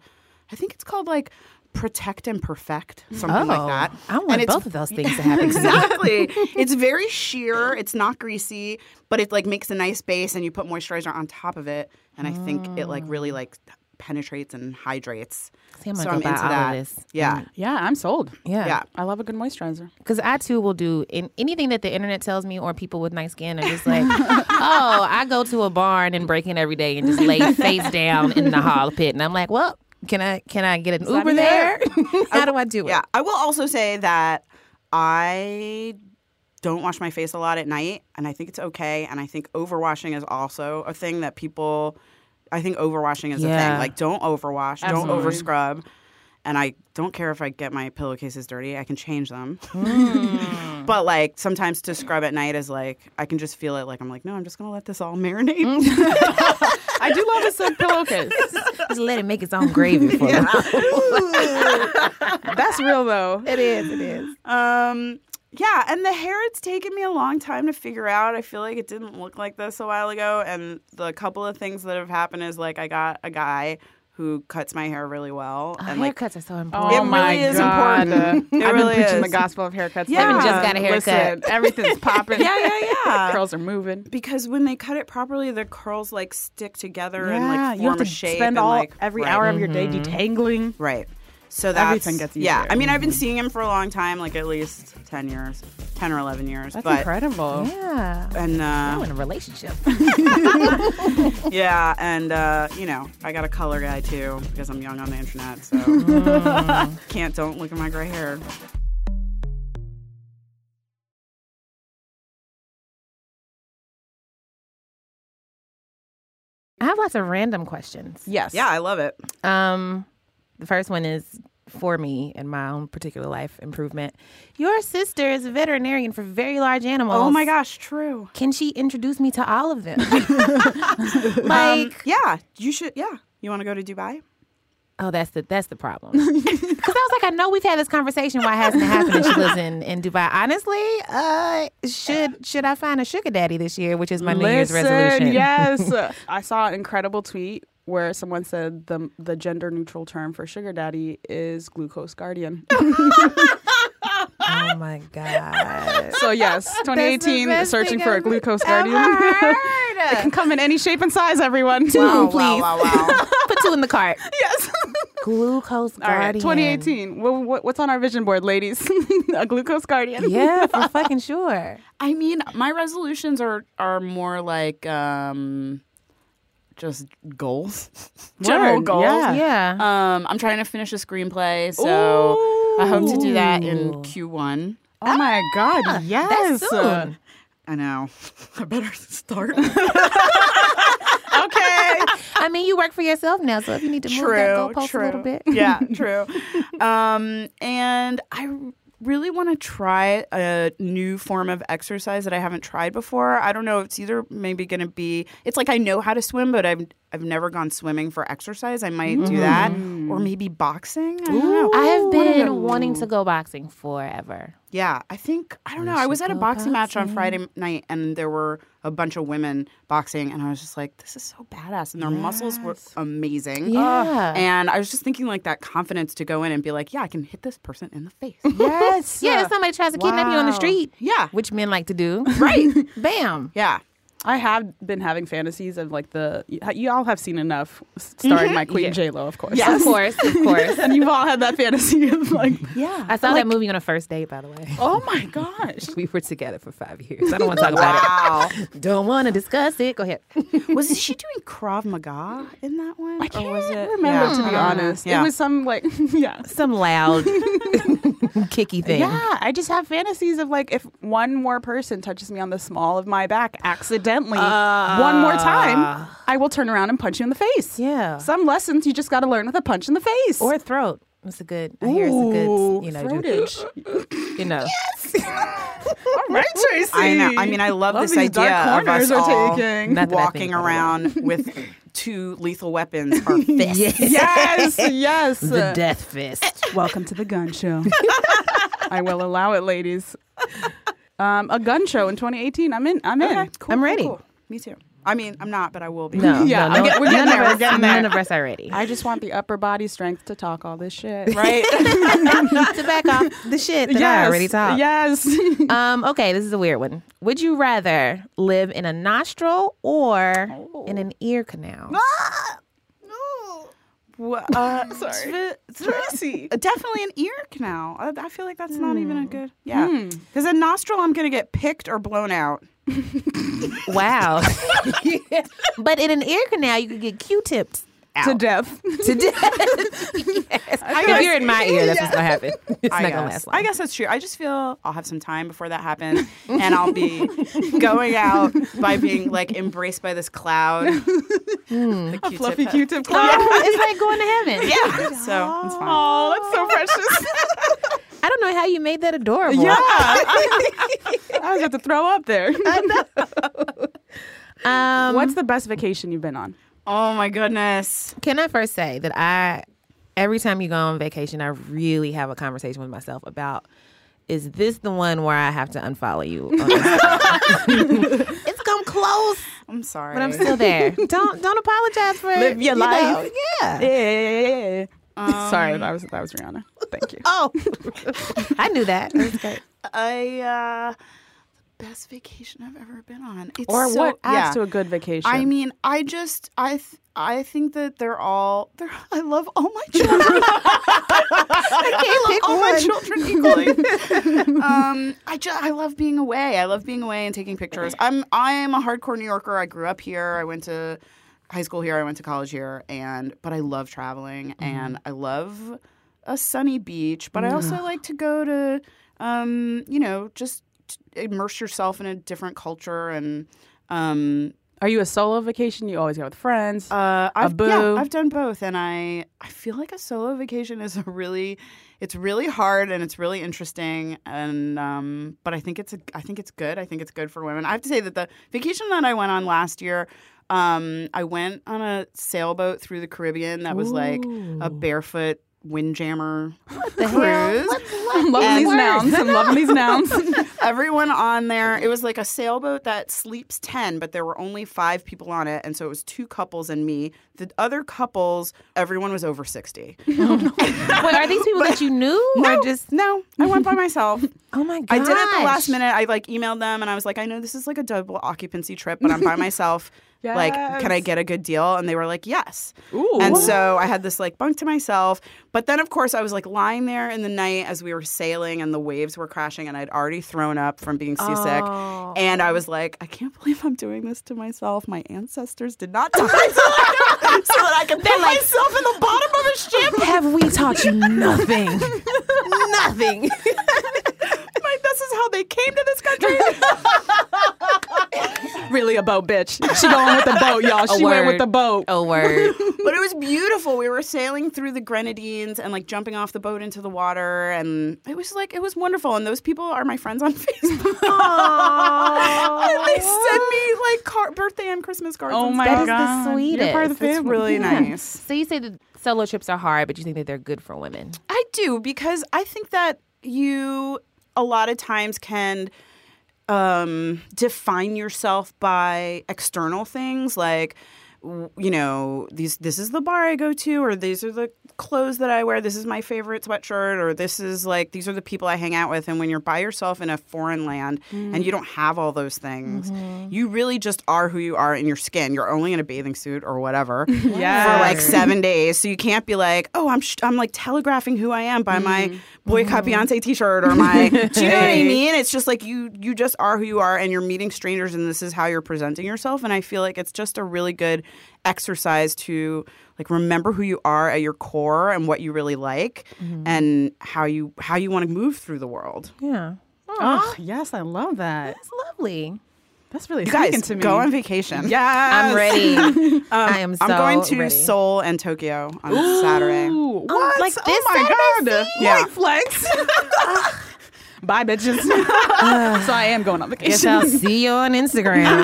Speaker 3: I think it's called like Protect and Perfect, something like that.
Speaker 2: Oh, I
Speaker 3: And
Speaker 2: want
Speaker 3: it's-
Speaker 2: both of those things to happen.
Speaker 3: exactly. it's very sheer. It's not greasy, but it like makes a nice base, and you put moisturizer on top of it, and I think it like really like penetrates and hydrates.
Speaker 2: See, I'm gonna
Speaker 3: so
Speaker 2: go
Speaker 3: I'm
Speaker 2: buy
Speaker 3: into
Speaker 2: all of
Speaker 3: that.
Speaker 2: this.
Speaker 3: Yeah.
Speaker 1: Yeah, I'm sold.
Speaker 3: Yeah.
Speaker 1: I love a good moisturizer.
Speaker 2: Because I too will do in, anything that the internet tells me or people with nice skin are just like, oh, I go to a barn and break in every day and just lay face down in the hall pit. And I'm like, well, can I can I get an Uber
Speaker 1: me
Speaker 2: there? How do I do it?
Speaker 3: Yeah, I will also say that I don't wash my face a lot at night, and I think it's okay. And I think overwashing is also a thing that people. I think overwashing is a
Speaker 2: Yeah.
Speaker 3: thing. Like, don't overwash, don't
Speaker 1: Absolutely.
Speaker 3: overscrub. And I don't care if I get my pillowcases dirty. I can change them.
Speaker 2: Hmm.
Speaker 3: but like sometimes to scrub at night is like I can just feel it. Like I'm like, no, I'm just gonna let this all marinate.
Speaker 1: I do love a silk pillowcase.
Speaker 2: Just let it make its own gravy for yeah.
Speaker 1: That's real though.
Speaker 2: It is, it is.
Speaker 3: Um, yeah, and the hair, it's taken me a long time to figure out. I feel like it didn't look like this a while ago. And the couple of things that have happened is like I got a guy who cuts my hair really well. and like,
Speaker 2: haircuts are so
Speaker 1: Oh
Speaker 2: important.
Speaker 3: It
Speaker 1: my
Speaker 3: really is
Speaker 1: God.
Speaker 3: important. It
Speaker 1: I've
Speaker 3: really
Speaker 1: been preaching
Speaker 3: is.
Speaker 1: the gospel of haircuts.
Speaker 3: Yeah.
Speaker 1: lately.
Speaker 3: Just
Speaker 2: got a haircut.
Speaker 1: Listen, everything's popping.
Speaker 3: yeah, yeah, yeah.
Speaker 1: Curls are moving.
Speaker 3: Because when they cut it properly, the curls like stick together and
Speaker 1: Yeah,
Speaker 3: like form
Speaker 1: you have to
Speaker 3: a shape.
Speaker 1: spend
Speaker 3: and,
Speaker 1: all
Speaker 3: like,
Speaker 1: every
Speaker 3: right. Mm-hmm.
Speaker 1: hour of your day
Speaker 2: Mm-hmm.
Speaker 1: detangling.
Speaker 3: Right. So that's
Speaker 1: Everything gets
Speaker 3: Yeah.
Speaker 1: easier. Mm-hmm.
Speaker 3: I mean, I've been seeing him for a long time, like at least ten years, ten or eleven years.
Speaker 1: That's
Speaker 3: but
Speaker 1: incredible.
Speaker 2: Yeah.
Speaker 3: and uh,
Speaker 2: I'm in a relationship.
Speaker 3: Yeah, and uh, you know, I got a color guy too because I'm young on the internet, so can't don't look at my gray hair.
Speaker 2: I have lots of random questions.
Speaker 1: Yes.
Speaker 3: Yeah, I love it.
Speaker 2: Um, the first one is for me and my own particular life improvement. Your sister is a veterinarian for very large animals.
Speaker 3: Oh my gosh, true.
Speaker 2: Can she introduce me to all of them? like,
Speaker 3: Um, Yeah, you should. Yeah, you want to go to Dubai?
Speaker 2: oh, that's the that's the problem. Because I was like, I know we've had this conversation. Why hasn't it happened? And she lives in, in Dubai. Honestly, uh, should should I find a sugar daddy this year? Which is my New Year's
Speaker 1: Listen,
Speaker 2: resolution.
Speaker 1: yes. I saw an incredible tweet where someone said the the gender neutral term for sugar daddy is glucose guardian.
Speaker 2: Oh my god.
Speaker 1: so yes, 2018
Speaker 2: best
Speaker 1: searching
Speaker 2: thing
Speaker 1: for a
Speaker 2: I've
Speaker 1: glucose
Speaker 2: ever
Speaker 1: guardian. it
Speaker 2: heard.
Speaker 1: can come in any shape and size, everyone.
Speaker 2: Oh,
Speaker 1: Wow.
Speaker 2: Wow, wow, wow, wow. Put two in the cart.
Speaker 1: Yes.
Speaker 2: Glucose
Speaker 1: All right,
Speaker 2: Guardian.
Speaker 1: 2018. Wha- wha- What's on our vision board, ladies? a glucose guardian.
Speaker 2: Yeah, for fucking sure.
Speaker 3: I mean, my resolutions are are more like um, just goals, general
Speaker 1: Word,
Speaker 3: goals.
Speaker 1: yeah.
Speaker 2: Yeah.
Speaker 3: Um, I'm trying to finish a screenplay, so I hope to do that in Q1.
Speaker 1: Oh my
Speaker 3: Ah,
Speaker 1: God! Yes.
Speaker 2: soon.
Speaker 3: I know. I better start.
Speaker 1: Okay.
Speaker 2: I mean, you work for yourself now, so if you need to move that goalpost a little bit.
Speaker 3: yeah, true. Um, and I really want to try a new form of exercise that I haven't tried before. I don't know. It's either maybe going to be. It's like I know how to swim, but I've I've never gone swimming for exercise. I might do that, or maybe boxing. I don't know.
Speaker 2: Mm-hmm. I have been wanting to go boxing forever.
Speaker 3: Yeah, I think I don't know. I was at a boxing match on Friday night, and there were a bunch of women boxing, and I was just like, "This is so badass!" And their muscles were amazing.
Speaker 2: Yeah.
Speaker 3: And I was just thinking, like that confidence to go in and be like, "Yeah, I can hit this person in the face."
Speaker 1: Yes.
Speaker 2: Yeah, if somebody tries to kidnap you on the
Speaker 1: Wow.
Speaker 2: street,
Speaker 3: yeah,
Speaker 2: which men like to do,
Speaker 3: right.
Speaker 2: bam.
Speaker 3: Yeah,
Speaker 1: I have been having fantasies of like the y- you all have seen enough starring
Speaker 3: Mm-hmm.
Speaker 1: my queen J Lo, of course.
Speaker 2: Of course, of course.
Speaker 1: and you've all had that fantasy of like,
Speaker 2: I saw that movie on a first date, by the way.
Speaker 1: oh my gosh.
Speaker 2: We were together for five years. I don't want to talk about it. Don't want to discuss it. Go ahead.
Speaker 3: was she doing Krav Maga in that one?
Speaker 1: I can't
Speaker 3: or Oh, was it?
Speaker 1: remember
Speaker 3: yeah.
Speaker 1: to be honest.
Speaker 3: Yeah.
Speaker 1: It was some like yeah.
Speaker 2: Some loud, kicky thing.
Speaker 1: Yeah, I just have fantasies of like if one more person touches me on the small of my back accidentally one more
Speaker 3: Ah.
Speaker 1: time, I will turn around and punch you in the face.
Speaker 2: Yeah.
Speaker 1: Some lessons you just got to learn with a punch in the face.
Speaker 2: Or throat. It's a good. I hear it's a good. You know,
Speaker 1: throatage.
Speaker 2: Just, you know.
Speaker 1: All right, Tracy.
Speaker 3: I know. I mean, I love,
Speaker 1: Love
Speaker 3: this
Speaker 1: these
Speaker 3: idea
Speaker 1: dark
Speaker 3: of us
Speaker 1: corners are
Speaker 3: all
Speaker 1: taking.
Speaker 2: That's what I
Speaker 3: walking
Speaker 2: think, by the way.
Speaker 3: around with two lethal weapons, our fists.
Speaker 1: yes, yes.
Speaker 2: The death fist.
Speaker 1: Welcome to the gun show. I will allow it, ladies. Um, a gun show in 2018. I'm in. I'm in.
Speaker 3: Cool,
Speaker 2: I'm
Speaker 3: cool,
Speaker 2: ready.
Speaker 3: cool. Me too. I mean, I'm not, but I will be.
Speaker 2: No,
Speaker 1: Yeah,
Speaker 2: no,
Speaker 1: I
Speaker 2: no,
Speaker 1: get- we're getting
Speaker 2: none
Speaker 1: there,
Speaker 2: Of
Speaker 1: we're
Speaker 2: us,
Speaker 1: getting
Speaker 2: none
Speaker 1: there.
Speaker 2: of us are ready.
Speaker 1: I just want the upper body strength to talk all this shit.
Speaker 3: Right?
Speaker 2: to back off the shit that I already talked.
Speaker 1: Yes.
Speaker 2: Um, okay, this is a weird one. Would you rather live in a nostril or in an ear canal?
Speaker 3: Well, uh, Sorry. Tracy. Definitely an ear canal. I, I feel like that's not even a good. Yeah. Because a nostril, I'm going to get picked or blown out.
Speaker 2: Wow. but in an ear canal, you could get Q-tips.
Speaker 1: to death.
Speaker 2: To death.
Speaker 3: I
Speaker 2: If you're in my ear, that's what's gonna happen. It's
Speaker 3: I
Speaker 2: not
Speaker 3: guess.
Speaker 2: gonna last long.
Speaker 3: I guess that's true. I just feel I'll have some time before that happens, and I'll be going out by being like embraced by this cloud. The Q-tip
Speaker 1: Fluffy
Speaker 3: hook.
Speaker 1: Q-tip.
Speaker 2: Oh, it's like going to heaven.
Speaker 3: Yeah. So it's fine.
Speaker 1: Oh, that's so precious.
Speaker 2: I don't know how you made that adorable.
Speaker 1: I was about to throw up there.
Speaker 2: Um,
Speaker 1: What's the best vacation you've been on?
Speaker 3: Oh my goodness.
Speaker 2: Can I first say that I, every time you go on vacation, I really have a conversation with myself about is this the one where I have to unfollow you? on Instagram? it's come close,
Speaker 3: I'm sorry.
Speaker 2: but I'm still there. Don't don't apologize for
Speaker 1: Live your
Speaker 2: you know,
Speaker 1: life.
Speaker 2: yeah.
Speaker 1: Yeah.
Speaker 2: Um,
Speaker 1: Sorry, that was that was Rihanna. Thank you.
Speaker 2: Oh, I knew that. That's great.
Speaker 3: I uh best vacation I've ever been on. It's
Speaker 1: Or
Speaker 3: so-
Speaker 1: what adds
Speaker 3: yeah.
Speaker 1: to a good vacation?
Speaker 3: I mean, I just I th- I think that they're all they're I love all my children. I love all my children equally. um, I just I love being away. I love being away and taking pictures. I'm I am a hardcore New Yorker. I grew up here. I went to high school here. I went to college here. And but I love traveling and I love a sunny beach. But I also like to go to um, you know just t- immerse yourself in a different culture and. Um,
Speaker 1: Are you a solo vacation? You always go with friends.
Speaker 3: uh, I've,
Speaker 1: boo.
Speaker 3: Yeah, I've done both, and I I feel like a solo vacation is a really, it's really hard and it's really interesting, and um, but I think it's a, I think it's good. I think it's good for women. I have to say that the vacation that I went on last year. Um, I went on a sailboat through the Caribbean that was like a barefoot windjammer cruise.
Speaker 1: I'm loving
Speaker 3: and-
Speaker 1: these nouns. I'm loving these nouns.
Speaker 3: Everyone on there. It was like a sailboat that sleeps 10, but there were only five people on it. And so it was two couples and me. The other couples, everyone was over 60.
Speaker 2: Wait, are these people that you knew or just?
Speaker 3: No, I went by myself.
Speaker 2: Oh my god!
Speaker 3: I did it at the last minute. I like emailed them and I was like, I know this is like a double occupancy trip, but I'm by myself. Like, can I
Speaker 1: Yes.
Speaker 3: get a good deal? And they were like, yes.
Speaker 1: Ooh.
Speaker 3: And so I had this like bunk to myself. But then, of course, I was like lying there in the night as we were sailing and the waves were crashing, and I'd already thrown up from being seasick.
Speaker 2: Oh.
Speaker 3: And I was like, I can't believe I'm doing this to myself. My ancestors did not die so that I can put myself in the bottom of a ship.
Speaker 2: Have we taught you nothing? nothing.
Speaker 3: My, this is how they came to this country.
Speaker 1: really a boat bitch. She going with the boat, y'all. She went with
Speaker 2: word.
Speaker 1: the boat.
Speaker 2: A Oh, word.
Speaker 3: but it was beautiful. We were sailing through the Grenadines and like jumping off the boat into the water, and it was like it was wonderful. And those people are my friends on Facebook. and they send me like car- birthday and Christmas cards.
Speaker 1: Oh
Speaker 3: and
Speaker 1: my
Speaker 3: stuff.
Speaker 2: That is
Speaker 1: God.
Speaker 2: the sweetest.
Speaker 3: You're part of the
Speaker 2: That's
Speaker 3: family. really
Speaker 2: yeah.
Speaker 3: nice.
Speaker 2: So you say that solo trips are hard, but you think that they're good for women.
Speaker 3: I do because I think that you a lot of times can um, define yourself by external things like w- you know these this is the bar I go to or these are the clothes that I wear this is my favorite sweatshirt or this is like these are the people I hang out with and when you're by yourself in a foreign land and you don't have all those things you really just are who you are in your skin you're only in a bathing suit or whatever for like
Speaker 1: Yes.
Speaker 3: seven days. So you can't be like, oh, I'm sh- I'm like telegraphing who I am by
Speaker 1: Mm.
Speaker 3: my boycott Beyonce T-shirt or my. do you know what I mean? It's just like you you just are who you are, and you're meeting strangers, and this is how you're presenting yourself. And I feel like it's just a really good exercise to like remember who you are at your core and what you really like
Speaker 1: Mm-hmm.
Speaker 3: and how you how you want to move through the world.
Speaker 2: Yeah.
Speaker 1: Oh, yes, I love that.
Speaker 2: That's lovely.
Speaker 1: That's really
Speaker 3: You guys,
Speaker 1: speaking to me.
Speaker 3: go on vacation.
Speaker 1: Yes.
Speaker 2: I'm ready. I am so
Speaker 3: I'm going to
Speaker 2: ready.
Speaker 3: Seoul and Tokyo on Saturday.
Speaker 1: Ooh, what?
Speaker 2: like
Speaker 1: oh
Speaker 2: this
Speaker 1: my
Speaker 2: Saturday?
Speaker 1: god.
Speaker 3: Yeah.
Speaker 1: Like flex. Bye bitches. so I am going on
Speaker 2: Guess
Speaker 1: vacation.
Speaker 2: I'll see you on Instagram.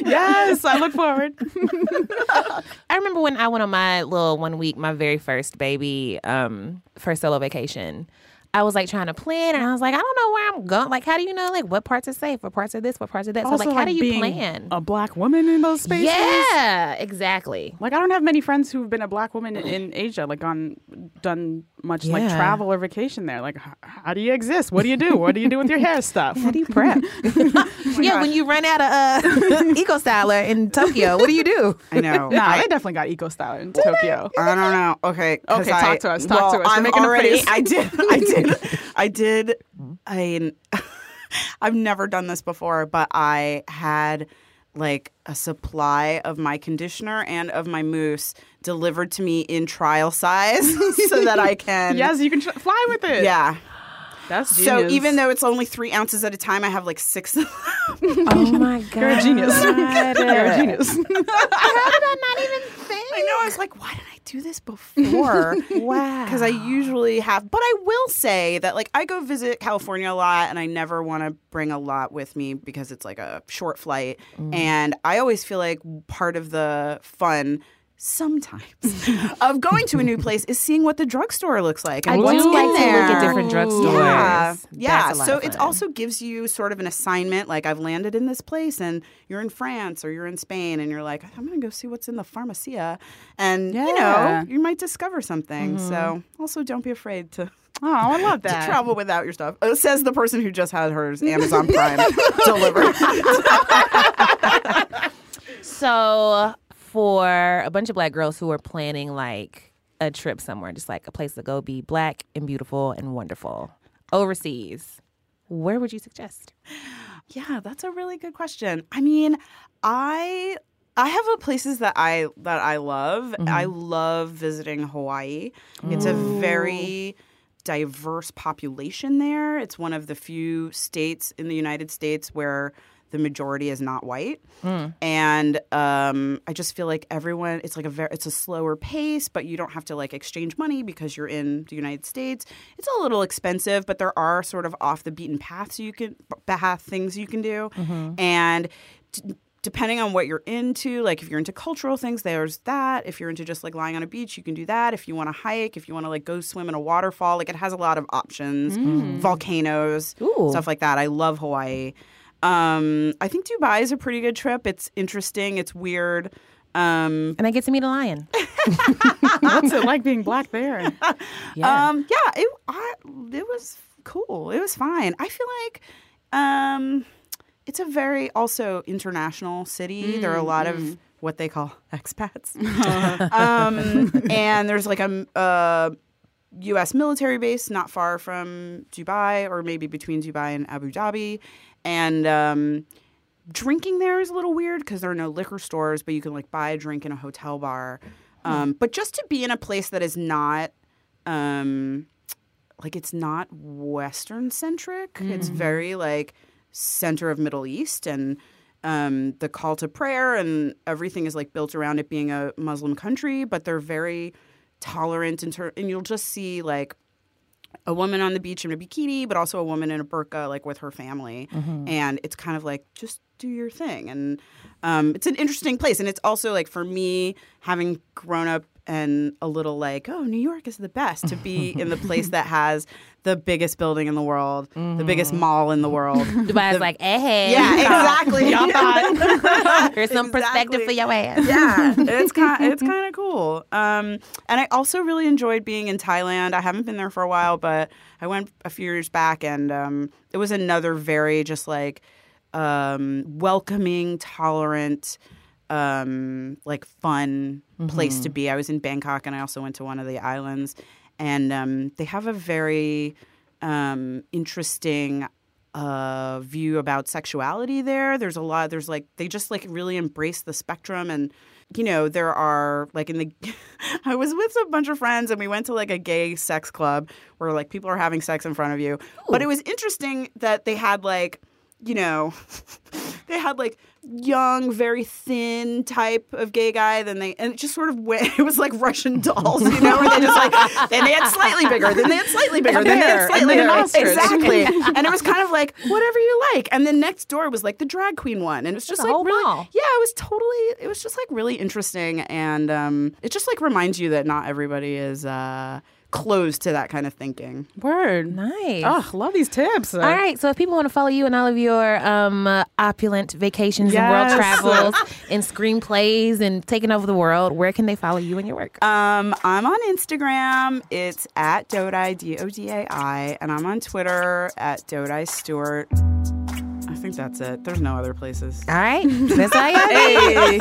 Speaker 1: yes, I look forward.
Speaker 2: I remember when I went on my little one week, my very first baby, um, first solo vacation. I was like trying to plan, and I was like, I don't know where I'm going. Like, how do you know like what parts are safe, what parts are this, what parts are that? So like, how do you
Speaker 1: being
Speaker 2: plan?
Speaker 1: A black woman in those spaces.
Speaker 2: yeah, exactly.
Speaker 1: Like I don't have many friends who've been a black woman in Asia, like on done much like
Speaker 2: Yeah.
Speaker 1: travel or vacation there. Like, h- how do you exist? What do you do? What do you do with your hair stuff? How do you prep?
Speaker 2: yeah, when you run out of uh, Eco Styler in Tokyo, what do you do?
Speaker 3: I know.
Speaker 1: Nah,
Speaker 3: I-
Speaker 1: they definitely got eco style in Tokyo.
Speaker 3: I don't know. Okay. 'cause
Speaker 1: Okay, talk
Speaker 3: I-
Speaker 1: to us, talk
Speaker 3: well,
Speaker 1: to us. You're
Speaker 3: I'm
Speaker 1: making a
Speaker 3: already.
Speaker 1: face.
Speaker 3: I did. I did. I did. I. I've never done this before, but I had like a supply of my conditioner and of my mousse delivered to me in trial size so that I can.
Speaker 1: Yes, you can tr- fly with it.
Speaker 3: Yeah.
Speaker 1: that's
Speaker 3: So
Speaker 1: genius.
Speaker 3: even though it's only three ounces at a time, I have like six.
Speaker 2: Oh my god,
Speaker 1: you're a genius, you're a genius.
Speaker 3: I know. I was like, why did I do this before?
Speaker 2: Wow.
Speaker 3: Because I usually have, but I will say that like I go visit California a lot, and I never want to bring a lot with me because it's like a short flight, and I always feel like part of the fun. Sometimes of going to a new place is seeing what the drugstore looks like and
Speaker 2: I
Speaker 3: what's
Speaker 2: do
Speaker 3: in
Speaker 2: like to
Speaker 3: there.
Speaker 2: look at different drugstores.
Speaker 3: Yeah, yeah.
Speaker 2: That's a lot
Speaker 3: So
Speaker 2: of
Speaker 3: it
Speaker 2: fun.
Speaker 3: also gives you sort of an assignment. Like I've landed in this place, and you're in France or you're in Spain, and you're like, I'm gonna go see what's in the pharmacia, and you
Speaker 1: Yeah.
Speaker 3: know, you might discover something. So
Speaker 2: Mm-hmm.
Speaker 3: also, don't be afraid to.
Speaker 1: Oh, I love
Speaker 3: To
Speaker 1: that.
Speaker 3: travel without your stuff, uh, says the person who just had hers Amazon Prime delivered.
Speaker 2: So for a bunch of black girls who are planning like a trip somewhere, just like a place to go be black and beautiful and wonderful overseas, where would you suggest?
Speaker 3: Yeah, that's a really good question. I mean, I I have a places that I that I love. I love visiting Hawaii. It's a very diverse population there. It's one of the few states in the United States where the majority is not white. And um, I just feel like everyone it's like a very it's a slower pace, but you don't have to like exchange money because you're in the United States. It's a little expensive, but there are sort of off the beaten paths you can path things you can do. And t- depending on what you're into, like if you're into cultural things, there's that. If you're into just like lying on a beach, you can do that. If you want to hike, if you want to like go swim in a waterfall, like it has a lot of options. Volcanoes,
Speaker 2: Ooh.
Speaker 3: stuff like that. I love Hawaii. Um, I think Dubai is a pretty good trip. It's interesting. It's weird. Um,
Speaker 2: And I get to meet a lion.
Speaker 1: What's it like being black there?
Speaker 2: Yeah.
Speaker 3: Um, yeah, it I, it was cool. It was fine. I feel like um, it's a very also international city. there are a lot of what they call expats, um, and there's like a, m- a U.S. military base not far from Dubai, or maybe between Dubai and Abu Dhabi, and. Um, drinking there is a little weird because there are no liquor stores, but you can like buy a drink in a hotel bar. Um, but just to be in a place that is not, um, like it's not Western centric. It's very like center of Middle East and um, the call to prayer and everything is like built around it being a Muslim country. But they're very tolerant and, ter- and you'll just see like a woman on the beach in a bikini, but also a woman in a burqa, like with her family. And it's kind of like, just do your thing. And um, it's an interesting place. And it's also like, for me, having grown up and a little like, oh, New York is the best to be in the place that has the biggest building in the world, the biggest mall in the world.
Speaker 2: Dubai's
Speaker 3: The-
Speaker 2: like, eh, hey,
Speaker 3: yeah, exactly.
Speaker 2: Here's some perspective for
Speaker 3: Exactly.
Speaker 2: your ass.
Speaker 3: yeah, it's kind it's kind of cool. Um, and I also really enjoyed being in Thailand. I haven't been there for a while, but I went a few years back, and um, it was another very just like um, welcoming, tolerant, um, like fun place to be. I was in Bangkok, and I also went to one of the islands, and um, they have a very um, interesting uh, view about sexuality there. There's a lot. There's like they just like really embrace the spectrum, and you know there are like in the. I was with a bunch of friends, and we went to like a gay sex club where like people are having sex in front of you. But it was interesting that they had like you know, they had like young, very thin type of gay guy. Then they and it just sort of went. It was like Russian dolls, you know, where they just like then they had slightly bigger, then they had slightly bigger, then they
Speaker 1: bear,
Speaker 3: had
Speaker 1: and
Speaker 3: slightly
Speaker 1: then an
Speaker 3: bigger.
Speaker 1: ostrich.
Speaker 3: exactly. And it was kind of like whatever you like. And then next door was like the drag queen one, and it was just
Speaker 2: a
Speaker 3: like
Speaker 2: whole
Speaker 3: really,
Speaker 2: mall.
Speaker 3: yeah, it was totally. It was just like really interesting, and um, it just like reminds you that not everybody is uh, closed to that kind of thinking.
Speaker 1: Word.
Speaker 2: Nice.
Speaker 1: Oh, love these tips.
Speaker 2: All right. So if people want to follow you and all of your um, uh, opulent vacations
Speaker 1: Yes.
Speaker 2: and world travels and screenplays and taking over the world, where can they follow you and your work?
Speaker 3: Um, I'm on Instagram. It's at Dodai, D O D A I, and I'm on Twitter at Dodai Stewart. I think that's it. There's no other places.
Speaker 2: all right. That's all y'all need.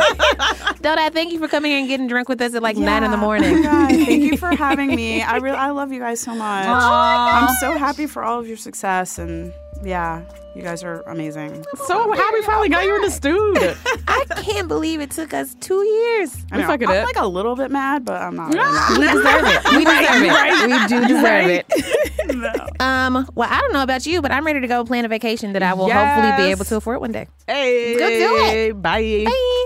Speaker 2: Doda, thank you for coming here and getting drunk with us at like 9 in the
Speaker 3: Yeah.
Speaker 2: morning.
Speaker 3: Oh my God. Thank you for having me. I really, I love you guys so much. I'm so happy for all of your success, and yeah, you guys are amazing.
Speaker 1: So how we finally got you in the studio.
Speaker 2: I can't believe it took us two years.
Speaker 3: I
Speaker 1: We
Speaker 3: know,
Speaker 1: fucking
Speaker 3: I'm
Speaker 1: it.
Speaker 3: like a little bit mad, but I'm not. Really mad.
Speaker 2: We deserve it. We deserve it. We do deserve it. Um, well, I don't know about you, but I'm ready to go plan a vacation that I will hopefully be
Speaker 1: Yes.
Speaker 2: able to afford one day.
Speaker 1: Hey,
Speaker 2: Go do
Speaker 1: it. Bye.
Speaker 2: Bye.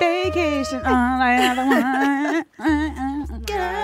Speaker 1: Vacation on another one.